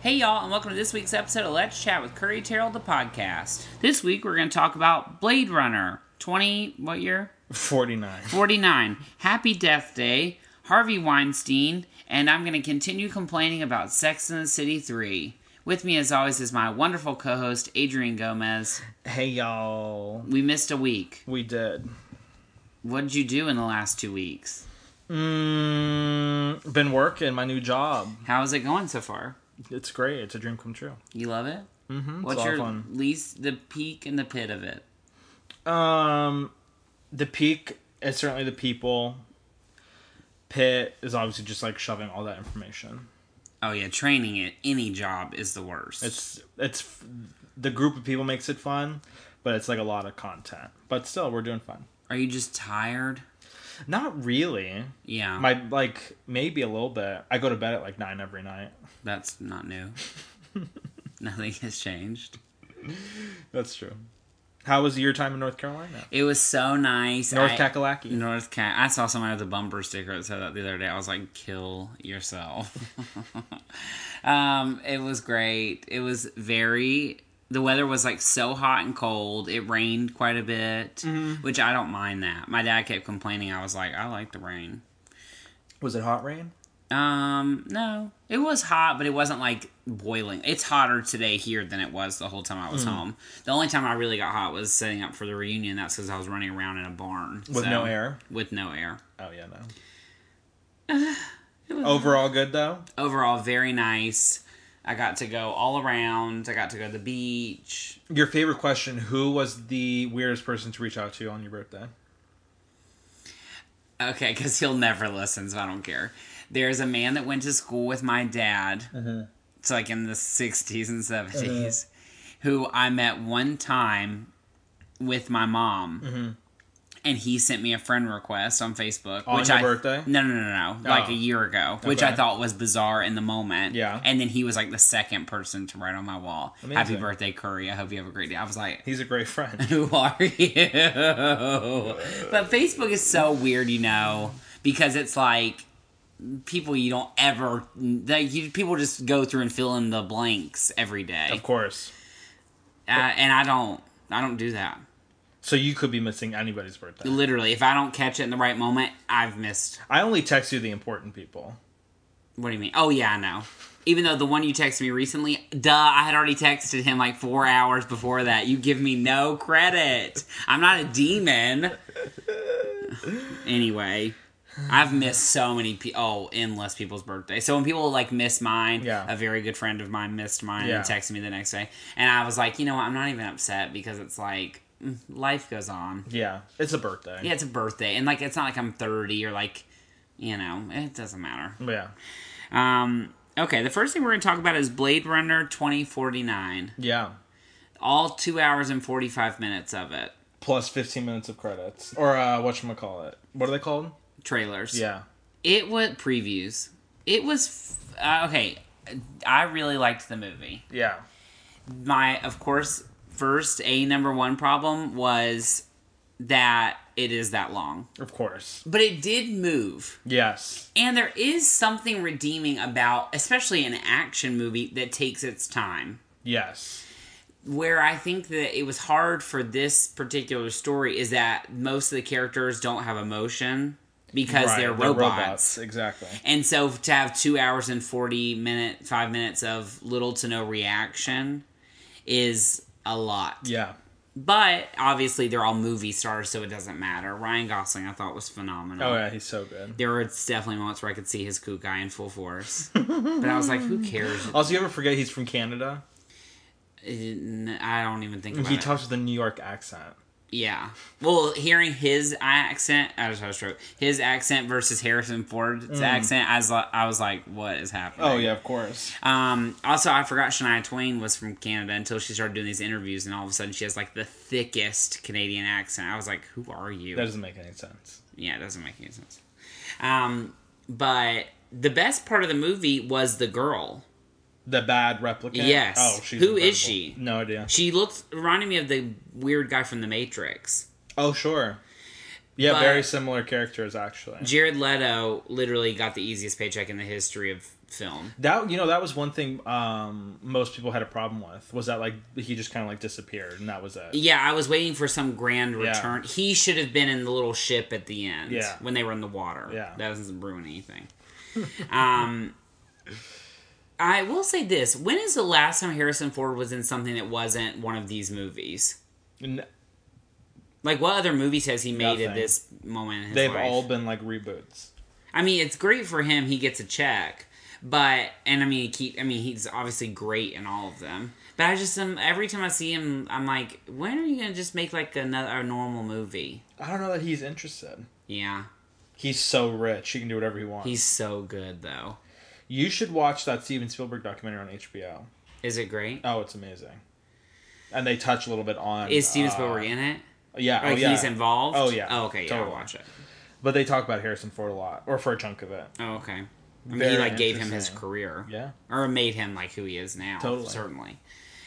Hey, y'all, and welcome to this week's episode of Let's Chat with Curry Terrell, the podcast. This week, we're going to talk about Blade Runner 20, what year? 49. 49, Happy Death Day, Harvey Weinstein, and I'm going to continue complaining about Sex and the City 3. With me, as always, is my wonderful co host, Adrian Gomez. Hey, y'all. We missed a week. We did. What did you do in the last two weeks? Mm, been working my new job. How is it going so far? It's great. It's a dream come true. You love it? Mm-hmm. it's a What's lot your of fun. least, the peak and the pit of it? Um, the peak is certainly the people. Pit is obviously just like shoving all that information. Oh, yeah, training at any job is the worst. It's it's the group of people makes it fun, but it's like a lot of content. But still, we're doing fun. Are you just tired? Not really. Yeah, My like maybe a little bit. I go to bed at like nine every night. that's not new. Nothing has changed. That's true. How was your time in North Carolina? It was so nice. North I, Kakalaki. North Cat. I saw somebody with a bumper sticker that said that the other day. I was like, "Kill yourself." um, it was great. It was very. The weather was like so hot and cold. It rained quite a bit, Mm-hmm. which I don't mind that. My dad kept complaining. I was like, "I like the rain." Was it hot rain? Um, no. It was hot, but it wasn't like boiling. It's hotter today here than it was the whole time I Hmm. was home. The only time I really got hot was setting up for the reunion. That's because I was running around in a barn With so- no air? With no air. Oh yeah, no. Overall good though. Overall, very nice. I got to go all around. I got to go to the beach. Your favorite question, who was the weirdest person to reach out to on your birthday? Okay, because he'll never listen, so I don't care. There's a man that went to school with my dad. Mm-hmm. It's like in the 60s and 70s, Mm-hmm. who I met one time with my mom. Mm-hmm. And he sent me a friend request on Facebook. On which your I, birthday? No, no, no, no. Like Oh. a year ago, which Okay. I thought was bizarre in the moment. Yeah. And then he was like the second person to write on my wall. Happy Amazing. birthday, Curry. I hope you have a great day. I was like, He's a great friend. who are you? But Facebook is so weird, you know, because it's like people you don't ever like you, people just go through and fill in the blanks every day, of course. uh, and I don't, I don't do that. So you could be missing anybody's birthday. Literally, if I don't catch it in the right moment, I've missed. I only text you the important people. What do you mean? Oh yeah, I know. Even though the one you texted me recently, duh, I had already texted him like four hours before that. You give me no credit. I'm not a demon. anyway, I've missed so many people. Oh, endless people's birthdays. So when people like miss mine, Yeah. a very good friend of mine missed mine Yeah. and texted me the next day, and I was like, you know what? I'm not even upset because it's like mm, life goes on. Yeah. It's a birthday. Yeah, it's a birthday, and like it's not like I'm 30 or like, you know, it doesn't matter. Yeah. Um, okay, the first thing we're going to talk about is Blade Runner 2049. Yeah. All two hours and 45 minutes of it. Plus fifteen minutes of credits. Or uh whatchamacallit. What are they called? Trailers. Yeah. It was previews. It was. F- uh, okay, I really liked the movie. Yeah. My, of course, first A number one problem was that it is that long. Of course. But it did move. Yes. And there is something redeeming about, especially an action movie that takes its time. Yes. where I think that it was hard for this particular story is that most of the characters don't have emotion because Right, they're, robots. Exactly. And so to have two hours and 40 minute, five minutes of little to no reaction is a lot. Yeah. But obviously they're all movie stars, so it doesn't matter. Ryan Gosling I thought was phenomenal. Oh yeah, he's so good. There were definitely moments where I could see his kook eye in full force. but I was like, who cares? Uh, Also, you ever forget he's from Canada? n- I don't even think about He it. talks with a New York accent. Yeah. Well, hearing his accent, I just had a stroke. His accent versus Harrison Ford's accent, I was, li- I was like, what is happening? of course. Um, also, I forgot Shania Twain was from Canada until she started doing these interviews, and all of a sudden she has like the thickest Canadian accent. I was like, who are you? That doesn't make any sense. yeah, it doesn't make any sense. Um, but the best part of the movie was the girl. The bad replicant. Yes. Oh, she's Who incredible. is she? No idea. She looked, reminded me of the weird guy from The Matrix. Oh, sure. Yeah, But- very similar characters actually. Jared Leto literally got the easiest paycheck in the history of film. That you know that was one thing um, most people had a problem with was that like he just kind of like disappeared and that was it. Yeah, I was waiting for some grand return. He should have been in the little ship at the end Yeah. when they were in the water. Yeah. That doesn't ruin anything. um, I will say this. When is the last time Harrison Ford was in something that wasn't one of these movies? N- Like, what other movies has he made at Nothing. this moment in his They've life? all been like reboots. I mean, it's great for him. He gets a check, but and I mean, he keep. I mean, he's obviously great in all of them. But I just um, every time I see him, I'm like, when are you gonna just make like another a normal movie? I don't know that he's interested. Yeah, He's so rich; he can do whatever he wants. he's so good though. You should watch that Steven Spielberg documentary on HBO. Is it great? Oh, it's amazing. And they touch a little bit on Is Steven uh, Spielberg in it? Yeah, oh, Like yeah. he's involved? Oh, yeah. Oh, okay. Yeah, I'll Totally. watch it. But they talk about Harrison Ford a lot, or for a chunk of it. Oh, okay. I mean, Very he like gave him his interesting. career. Yeah. or made him like who he is now. Totally. Certainly.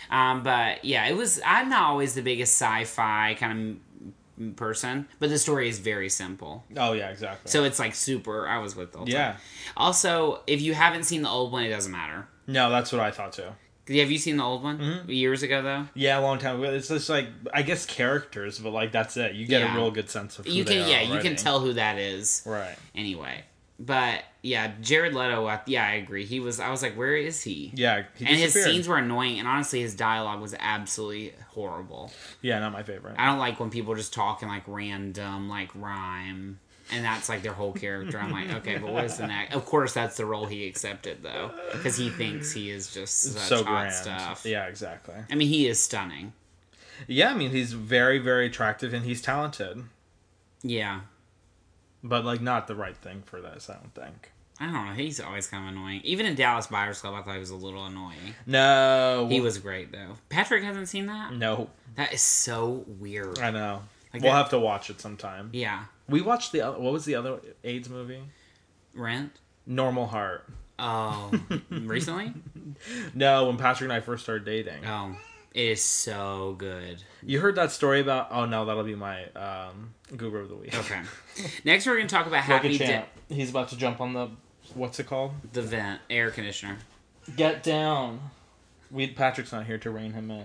Um, but yeah, it was. I'm not always the biggest sci-fi kind of m- person, but the story is very simple. Oh yeah, exactly. So it's like super. I was with the whole time. yeah, Also, if you haven't seen the old one, it doesn't matter. no, that's what I thought too. Have you seen the old one Mm-hmm. years ago though? Yeah, a long time ago. It's just like I guess characters, but like that's it. You get Yeah. a real good sense of who You they can. are Yeah, you can already. tell who that is. Right. Anyway, but yeah, Jared Leto. I- Yeah, I agree. He was. I was like, where is he? Yeah, he And his disappeared. scenes were annoying, and honestly, his dialogue was absolutely horrible. Yeah, not my favorite. I don't like when people just talk in like random like rhyme, and that's like their whole character. I'm like, okay, but what is the next? Of course, that's the role he accepted though, because he thinks he is just such so hot grand. stuff. Yeah, exactly. I mean, he is stunning. Yeah, I mean he's very, very attractive and he's talented, Yeah, but like not the right thing for this. I don't think. I don't know. He's always kind of annoying. Even in Dallas Buyers Club, I thought he was a little annoying. No, He was great though. Patrick hasn't seen that. No, That is so weird. I know. Like we'll that- have to watch it sometime. Yeah, We watched the other- what was the other AIDS movie? Rent. Normal Heart. Oh, recently. No, when Patrick and I first started dating. Oh, it is so good. You heard that story about? Oh no, that'll be my um, goober of the week. Okay. Next, we're going to talk about Like Happy a Death. champ. He's about to jump on the what's it called? the vent air conditioner. Get down. We Patrick's not here to rein him in,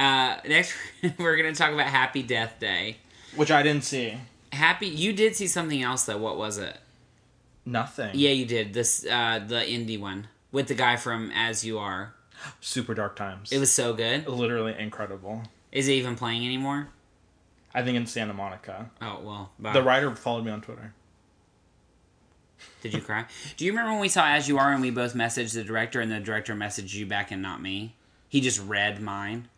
Uh, next, we're gonna talk about Happy Death Day. which I didn't see. Happy, you did see something else though. What was it? Nothing. Yeah, you did this uh, the indie one with the guy from As You Are. Super dark times. It was so good. literally incredible. Is it even playing anymore? I think in Santa Monica. Oh well. bye. The writer followed me on Twitter. Did you cry? Do you remember when we saw As You Are and we both messaged the director and the director messaged you back and not me? He just read mine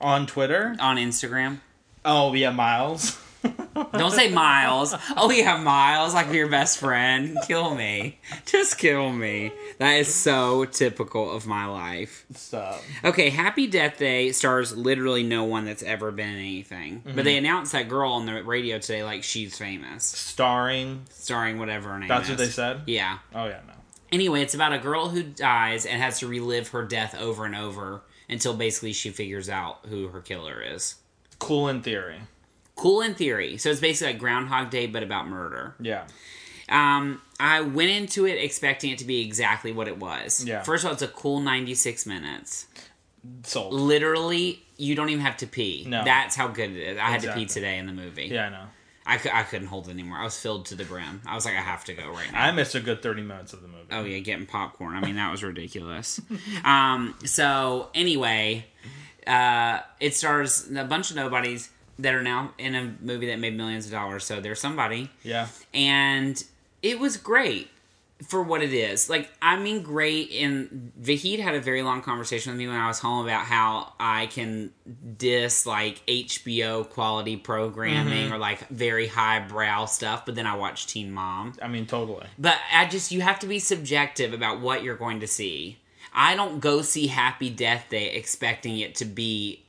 On Twitter? on Instagram. Oh yeah, Miles. Don't say Miles. Oh yeah, Miles, like your best friend. Kill me. Just kill me. That is so typical of my life. Stop. Okay, Happy Death Day stars literally no one that's ever been in anything. But Mm-hmm. they announced that girl on the radio today, like she's famous. Starring. Starring whatever her name That's is. what they said. Yeah. Oh yeah, no. Anyway, it's about a girl who dies and has to relive her death over and over until basically she figures out who her killer is. Cool in theory. Cool in theory. So it's basically like Groundhog Day, but about murder. Yeah. Um, I went into it expecting it to be exactly what it was. Yeah. First of all, it's a cool 96 minutes. Sold. Literally, you don't even have to pee. No. That's how good it is. I had to pee Exactly. today in the movie. Yeah, I know. I, cou- I couldn't hold it anymore. I was filled to the brim. I was like, I have to go right now. I missed a good thirty minutes of the movie. Oh yeah, getting popcorn. I mean, that was ridiculous. um, so anyway, uh, it stars a bunch of nobodies that are now in a movie that made millions of dollars. So they're somebody. Yeah. and it was great for what it is. Like, I mean, great. And Vahid had a very long conversation with me when I was home about how I can diss like HBO quality programming or like very highbrow stuff, but then I watch Teen Mom. I mean, totally. But I just, you have to be subjective about what you're going to see. I don't go see Happy Death Day expecting it to be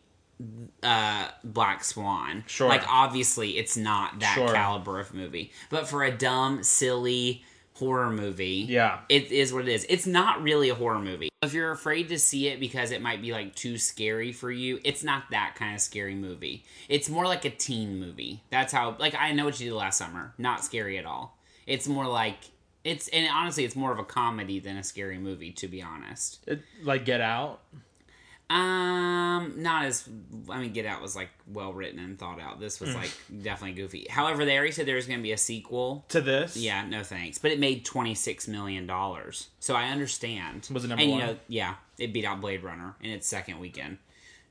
uh Black Swan. Sure. Like obviously it's not that Sure. caliber of movie. But for a dumb, silly horror movie, Yeah. it is what it is. It's not really a horror movie. If you're afraid to see it because it might be like too scary for you, it's not that kind of scary movie. It's more like a teen movie. That's how like I know what you did last summer. Not scary at all. It's more like It's and honestly, it's more of a comedy than a scary movie, to be honest. It, like Get Out. Um, not as I mean, Get Out was like well written and thought out. This was like definitely goofy. However, they already said there was going to be a sequel. To this, Yeah, no thanks. But it made twenty six million dollars, so I understand. Was it number and, one? You know, yeah, it beat out Blade Runner in its second weekend.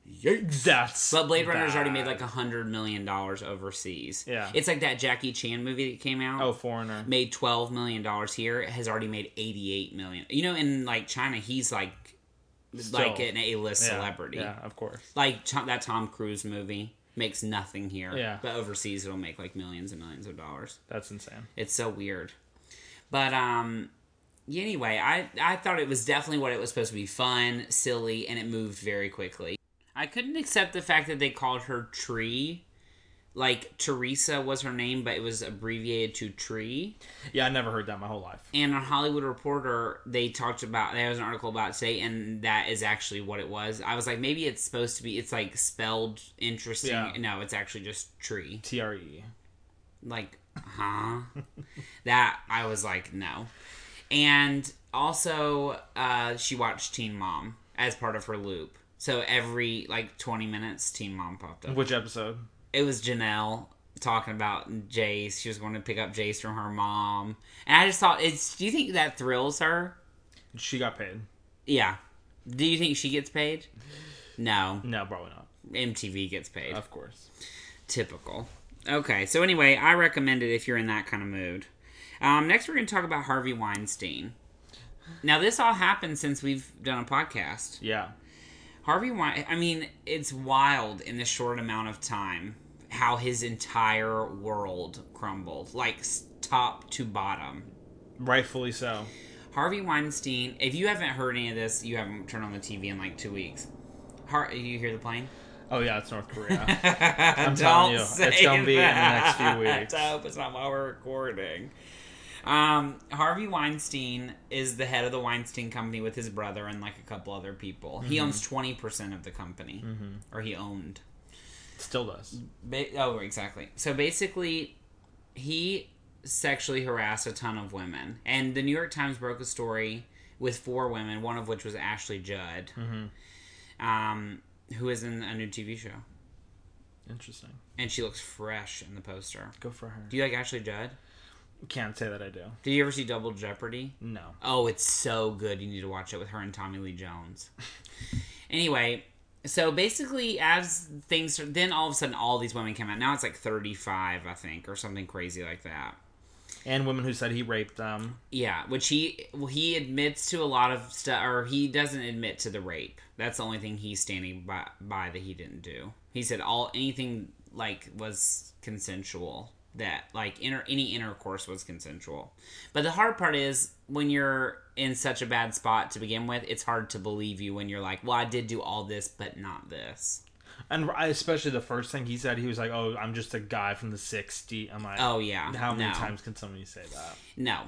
that's But Blade Runner's already made bad. like a hundred million dollars overseas. Yeah. it's like that Jackie Chan movie that came out. oh foreigner. made twelve million dollars here. It has already made eighty eight million. You know, in like China, he's like like an A list Yeah, celebrity. Yeah, of course. Like Tom, that Tom Cruise movie makes nothing here. Yeah. but overseas it'll make like millions and millions of dollars. That's insane. It's so weird. But um yeah, anyway, I I thought it was definitely what it was supposed to be fun, silly, and it moved very quickly. I couldn't accept the fact that they called her Tree. Like Teresa was her name, but it was abbreviated to Tree. Yeah, I never heard that my whole life. And on Hollywood Reporter, they talked about there was an article about it today, and that is actually what it was. I was like, maybe it's supposed to be it's like spelled interesting. Yeah. No, it's actually just Tree. T R E. like huh that i was like no and also uh she watched teen mom as part of her loop so every like 20 minutes teen mom popped up Which episode? it was janelle talking about jace she was going to pick up jace from her mom and i just thought it's do you think that thrills her She got paid. yeah do you think she gets paid no No, probably not. mtv gets paid Of course. Typical. Okay, so anyway, I recommend it if you're in that kind of mood. Um, next, we're going to talk about Harvey Weinstein. Now, this all happened since we've done a podcast. Yeah. Harvey Wein, I mean, it's wild in the short amount of time how his entire world crumbled, like s- top to bottom. Rightfully so. Harvey Weinstein, if you haven't heard any of this, you haven't turned on the TV in like two weeks. Har- you hear the plane? Oh yeah, it's North Korea. I'm telling you, it's gonna be in the next few weeks. I hope it's not while we're recording. Um, Harvey Weinstein is the head of the Weinstein Company with his brother and like a couple other people. He Mm-hmm. owns twenty percent of the company, or he owned. Still does. Ba- oh, exactly. So basically, he sexually harassed a ton of women, and the New York Times broke a story with four women, one of which was Ashley Judd, Mm-hmm. um, who is in a new TV show, Interesting. and she looks fresh in the poster. Go for her. Do you like Ashley Judd? Can't say that I do. Did you ever see Double Jeopardy? No. Oh, it's so good. You need to watch it with her and Tommy Lee Jones. anyway, so basically, as things then all of a sudden, all these women came out. Now it's like thirty-five, I think, or something crazy like that. And women who said he raped um, them. Yeah, which he well, he admits to a lot of stuff, or he doesn't admit to the rape. That's the only thing he's standing by, by that he didn't do. He said all anything like was consensual. That like inter, any intercourse was consensual. But the hard part is when you're in such a bad spot to begin with, it's hard to believe you when you're like, well, I did do all this, but not this. And I- especially the first thing he said, he was like, "Oh, I'm just a guy from the 60s." I'm like, Oh yeah, how many no. times can somebody say that? No.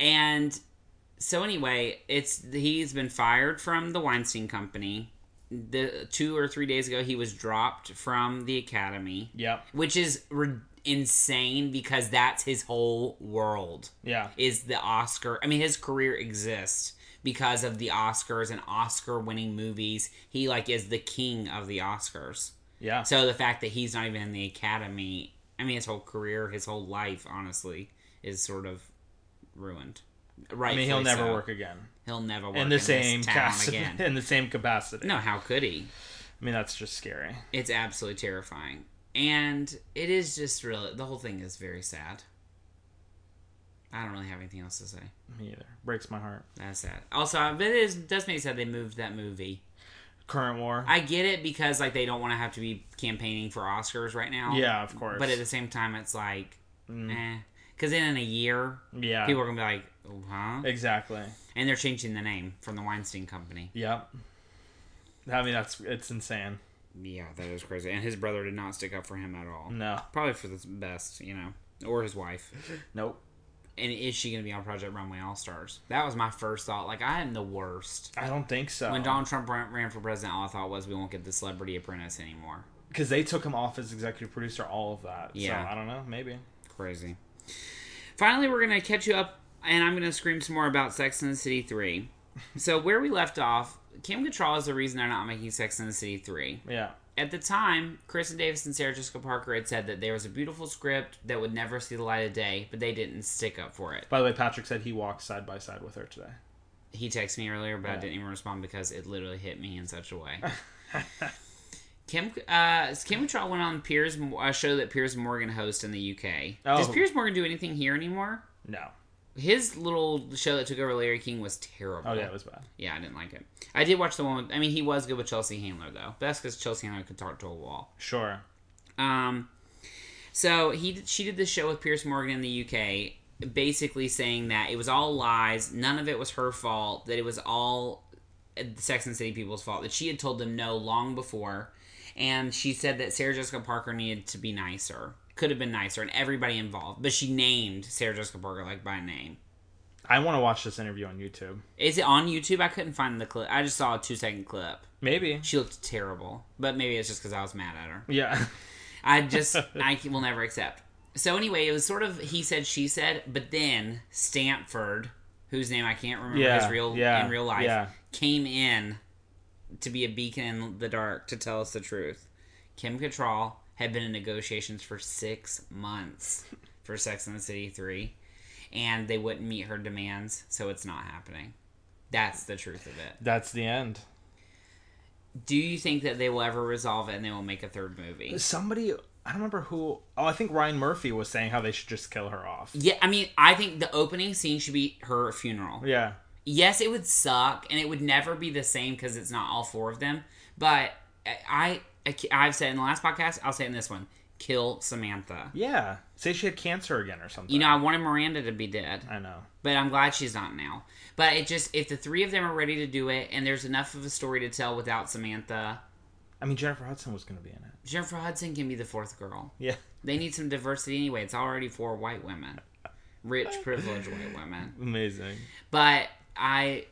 And so anyway, it's he's been fired from the Weinstein company. The 2 or 3 days ago he was dropped from the academy, Yep. which is re- insane because that's his whole world. Yeah. Is the Oscar. I mean his career exists because of the Oscars and Oscar winning movies. He like is the king of the Oscars. Yeah. So the fact that he's not even in the academy, I mean, his whole career, his whole life, honestly, is sort of ruined. Right. I mean, he'll never work again He'll never work in the same this town cas- again. in the same capacity. No, how could he? I mean, that's just scary. It's absolutely terrifying, and it is just really the whole thing is very sad. I don't really have anything else to say. Me either. Breaks my heart. That's sad. Also, I- but it is, does make me sad they moved that movie. Current war. I get it because like they don't want to have to be campaigning for Oscars right now. yeah, of course. But at the same time, it's like, Mm. Because then in a year, yeah. people are going to be like, oh, huh? Exactly. And they're changing the name from the Weinstein Company. Yep. I mean, that's it's insane. Yeah, that is crazy. And his brother did not stick up for him at all. No. Probably for the best, you know, or his wife. Nope. And is she going to be on Project Runway All Stars? That was my first thought. Like, I am the worst. I don't think so. When Donald Trump ran, ran for president, all I thought was we won't get the celebrity apprentice anymore. because they took him off as executive producer, all of that. Yeah. So I don't know. Maybe. Crazy. Finally, we're going to catch you up and I'm going to scream some more about Sex and the City 3. so, where we left off, Kim Cattrall is the reason they're not making Sex and the City 3. Yeah. At the time, Kristen Davis and Sarah Jessica Parker had said that there was a beautiful script that would never see the light of day, but they didn't stick up for it. By the way, Patrick said he walked side by side with her today. He texted me earlier, but I Yeah. didn't even respond because it literally hit me in such a way. Kim uh, Kim Cattrall went on Piers a show that Piers Morgan hosts in the UK. Does Oh. Piers Morgan do anything here anymore? No. His little show that took over Larry King was terrible. Oh yeah, it was bad. Yeah, I didn't like it. I did watch the one. With, I mean, he was good with Chelsea Handler though. But that's because Chelsea Handler could talk to a wall. Sure. Um, so he did- she did this show with Pierce Morgan in the UK, basically saying that it was all lies. None of it was her fault. That it was all uh, Sex and City people's fault. That she had told them no long before, and she said that Sarah Jessica Parker needed to be nicer. Could have been nicer, and everybody involved. But she named Sarah Jessica Parker like by name. I want to watch this interview on YouTube. Is it on YouTube? I couldn't find the clip. I just saw a two second clip. Maybe. She looked terrible, but maybe it's just because I was mad at her. Yeah. I just I will never accept. So anyway, it was sort of he said she said, but then Stanford, whose name I can't remember Yeah, his real yeah, in real life, yeah. came in to be a beacon in the dark to tell us the truth. Kim Cattrall had been in negotiations for six months for Sex and the City three, and they wouldn't meet her demands, so it's not happening. That's the truth of it. That's the end. Do you think that they will ever resolve it and they will make a third movie? Somebody I don't remember who. Oh, I think Ryan Murphy was saying how they should just kill her off. Yeah, I mean, I think the opening scene should be her funeral. Yeah. Yes, it would suck, and it would never be the same because it's not all four of them. But I, I, I've said in the last podcast, I'll say it in this one: kill Samantha. Yeah. Say she had cancer again or something. You know, I wanted Miranda to be dead, I know. but I'm glad she's not now. But it just, if the three of them are ready to do it, and there's enough of a story to tell without Samantha, I mean, Jennifer Hudson was going to be in it. Jennifer Hudson can be the fourth girl. Yeah. They need some diversity anyway. It's already four white women, rich, privileged white women. Amazing. But I,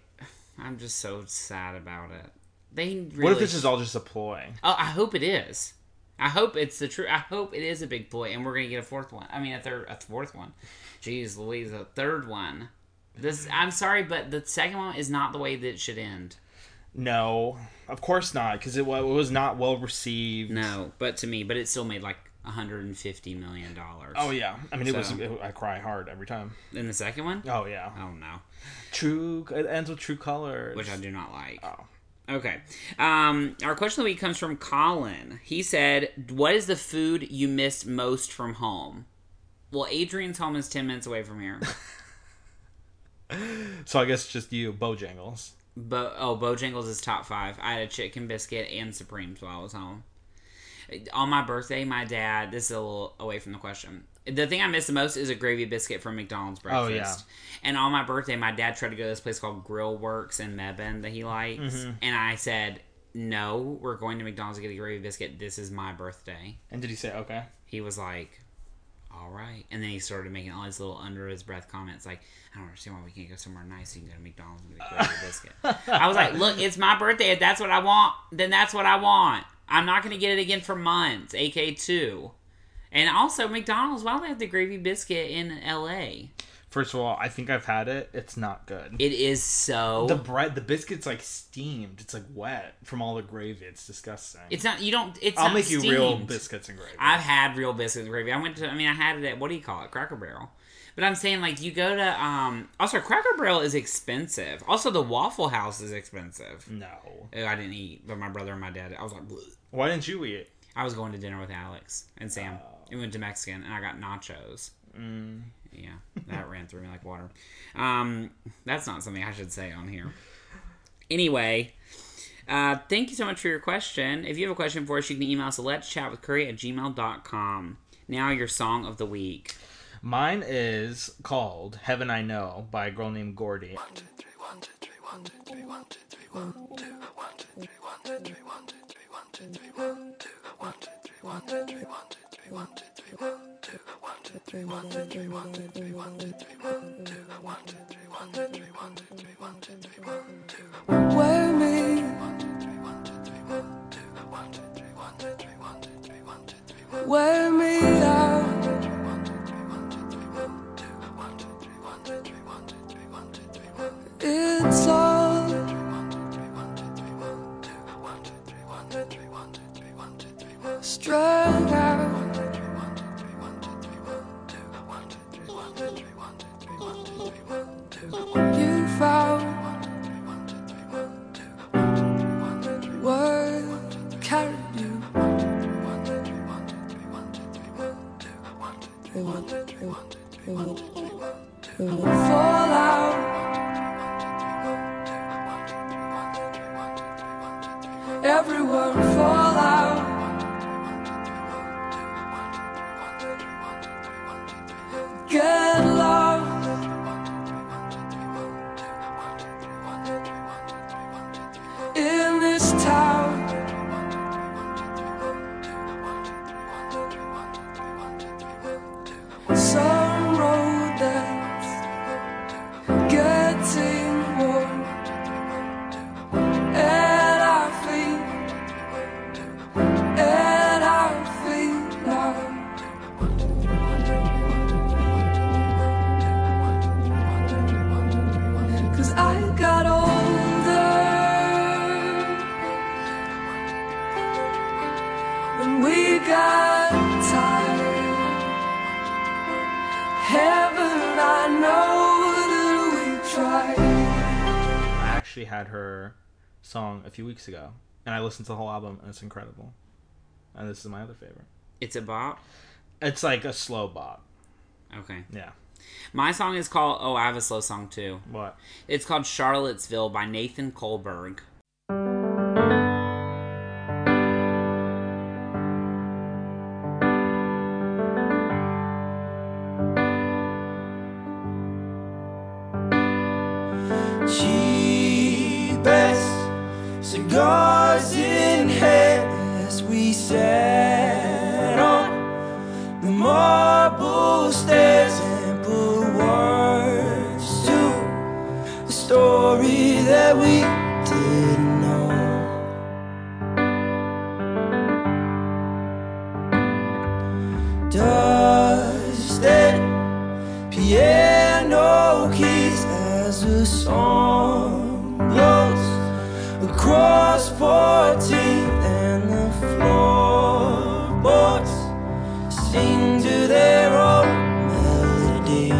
I'm just so sad about it. They really. What if this is all just a ploy? Oh, I hope it is. I hope it's the true. I hope it is a big ploy, and we're gonna get a fourth one. I mean, a third, a fourth one. Jeez, Louise, a third one. This. I'm sorry, but the second one is not the way that it should end. No, of course not, because it, wa- it was not well received. No, but to me, but it still made like 150 million dollars. Oh yeah, I mean it was. So- It, I cry hard every time. in the second one. Oh yeah, Oh no, true. It ends with true colors. which I do not like. Oh. Okay. Um, our question of the week comes from Colin. He said, What is the food you miss most from home? Well, Adrian's home is 10 minutes away from here. So I guess just you, Bojangles. Bo- oh, Bojangles is top five. I had a chicken biscuit and Supremes while I was home. On my birthday, my dad, this is a little away from the question. The thing I miss the most is a gravy biscuit from McDonald's breakfast. And on my birthday, my dad tried to go to this place called Grill Works in Mebane that he likes. And I said, No, we're going to McDonald's to get a gravy biscuit. This is my birthday. And did he say okay? he was like, "All right," and then he started making all these little under his breath comments, like, "I don't understand why we can't go somewhere nice. You can go to McDonald's and get a gravy biscuit." I was like, "Look, it's my birthday. If that's what I want, then that's what I want. I'm not going to get it again for months." AK two, and also McDonald's. Why do they have the gravy biscuit in L.A.? First of all, I think I've had it. It's not good. It is so. the bread, the biscuit's like steamed. It's like wet from all the gravy. It's disgusting. it's not. You don't. It's. I'll not make you real steamed. biscuits and gravy. I've had real biscuits and gravy. I went to, I mean, I had it at, what do you call it? Cracker Barrel. But I'm saying, like, you go to, um, also, Cracker Barrel is expensive. Also, the Waffle House is expensive. no. Ew, I didn't eat, but my brother and my dad, I was like, "Bleh." Why didn't you eat? I was going to dinner with Alex and Sam. We went to Mexican and I got nachos. Yeah, that ran through me like water. Um, that's not something I should say on here. Anyway, uh, thank you so much for your question. If you have a question for us, you can email us at let's chat with curry at gmail.com. Now, your song of the week. Mine is called Heaven I Know by a girl named Gordy. One, two, three, one, two, three, one, two, three, one, two, three, one, two, one, two, three, one, two, three, one, two, three, one, two, three, one, two, one, two, three, one, two, three, one, two, three, one, two, three, one, two, one, two, three, one, two, three, one, two, three, one, two, three, one, two, one, two, three, one, two, three, one, two, three, one, two, three, one, two. Wear me. Wear me out. Strung out. One, two, three, one, two, three, one, two, three, one, two. One, two, three, one, two, three, one, two, three, one, two, three, one, two. You found what carried you. Fall out. Everyone fall out. Get lost. In this town. Some road that's getting worn at our feet, at our feet now. Cause I got older and we got tired. Heaven, I know that we tried. I actually had her song a few weeks ago, and I listened to the whole album, and it's incredible. And this is my other favorite. It's a bop. It's like a slow bop. Okay. Yeah. My song is called Oh, I have a slow song too. What? It's called Charlottesville by Nathan Kohlberg. cheapest cigars in hand as we sat on the marble stairs and put words to the story that we didn't know. Dusted piano keys as a song blows across 14th and the floorboards sing to their own melody.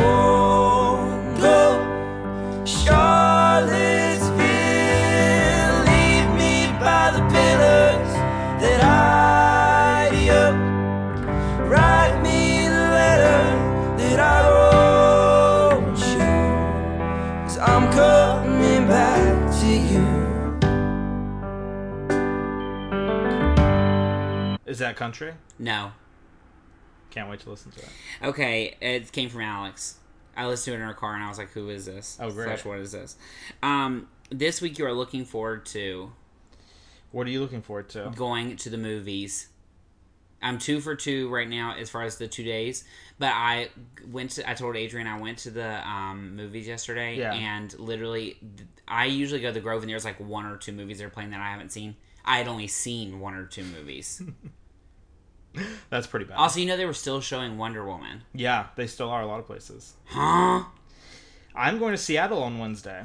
Don't go, Charlottesville, leave me by the pillars that hide you. Write me the letter that I wrote you. Cause I'm coming back to you. Is that country? No. Can't wait to listen to it. Okay, it came from Alex. I listened to it in her car and I was like, who is this? Oh, great. Slash, what is this? Um, this week you are looking forward to What are you looking forward to? going to the movies. I'm two for two right now as far as the two days, but I went to. I told Adrian I went to the um, movies yesterday, Yeah. and literally, th- I usually go to the Grove, and there's like one or two movies they're playing that I haven't seen. I had only seen one or two movies. That's pretty bad. also, you know they were still showing Wonder Woman, Yeah, they still are a lot of places. huh? I'm going to Seattle on Wednesday.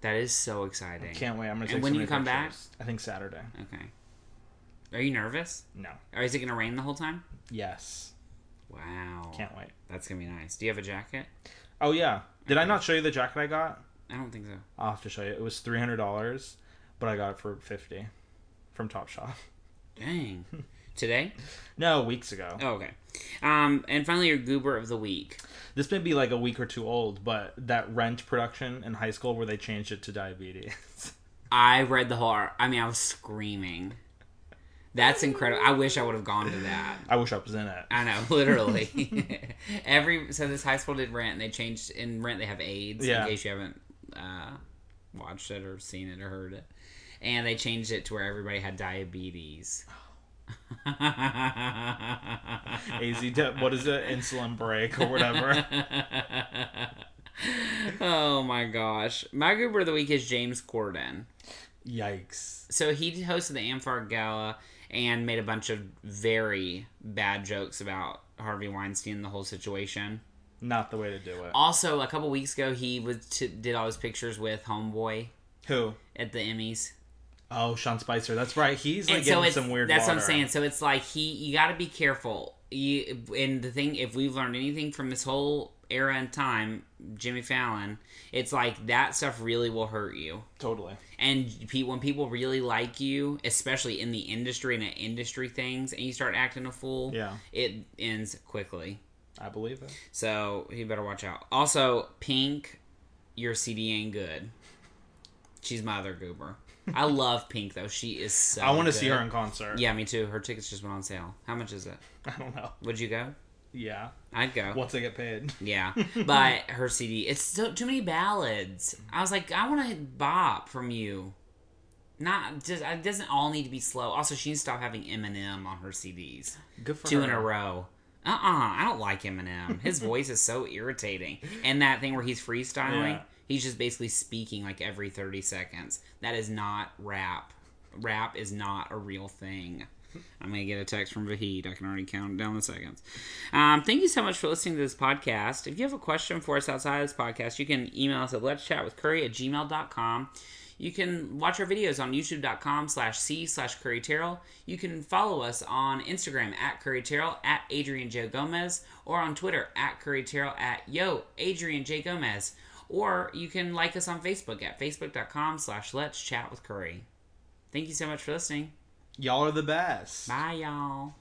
That is so exciting. Can't wait. I'm going to And take when so you many come back? pictures. I think Saturday. Okay. Are you nervous? No. Or is it going to rain the whole time? Yes. Wow. Can't wait. That's going to be nice. Do you have a jacket? Oh yeah. Did I not show you the jacket I got? I don't think so. I'll have to show you. It was three hundred dollars, but I got it for fifty from Topshop. Dang. Today? No, weeks ago. Oh, okay. Um, and finally, your goober of the week. This may be like a week or two old, but that Rent production in high school where they changed it to diabetes. I read the whole. ar- I mean, I was screaming. That's incredible. I wish I would have gone to that. I wish I was in it. I know, literally. Every so this high school did Rent, and they changed in Rent. They have AIDS Yeah. in case you haven't uh, watched it or seen it or heard it, and they changed it to where everybody had diabetes. AZ, de- what is it? Insulin break or whatever. oh my gosh, my goober of the week is James Corden. Yikes. so he hosted the Amfar Gala and made a bunch of very bad jokes about Harvey Weinstein and the whole situation. Not the way to do it. Also, a couple weeks ago, he was t- did all his pictures with Homeboy Who? at the Emmys. Oh, Sean Spicer. That's right. He's like and so getting it's some weird. that's what I'm water. saying. So it's like he you got to be careful. You and the thing if we've learned anything from this whole era and time, Jimmy Fallon, it's like that stuff really will hurt you. Totally. And pe- when people really like you, especially in the industry and at industry things, and you start acting a fool, Yeah. it ends quickly. I believe it. So you better watch out. Also, Pink, your CD ain't good. She's my other goober. I love Pink though. She is so. I want to see good. her in concert. Yeah, me too. Her tickets just went on sale. How much is it? I don't know. Would you go? Yeah. I'd go. Once I get paid. Yeah, but her CD, it's so, too many ballads. I was like, I want to bop from you. Not just it doesn't all need to be slow. Also, she needs to stop having Eminem on her CDs. Good for Two her. in a row. Uh uh I don't like Eminem. His voice is so irritating. And that thing where he's freestyling, Yeah. he's just basically speaking like every 30 seconds. That is not rap. Rap is not a real thing. I'm going to get a text from Vahid. I can already count down the seconds. Um, thank you so much for listening to this podcast. If you have a question for us outside of this podcast, you can email us at let's chat with curry at gmail.com. You can watch our videos on youtube.com slash C slash Curry Terrell. You can follow us on Instagram at Curry Terrell, at Adrian J. Gomez, or on Twitter at Curry Terrell, at Yo, Adrian J. Gomez. Or you can like us on Facebook at facebook.com slash let's chat with Curry. Thank you so much for listening. Y'all are the best. Bye, y'all.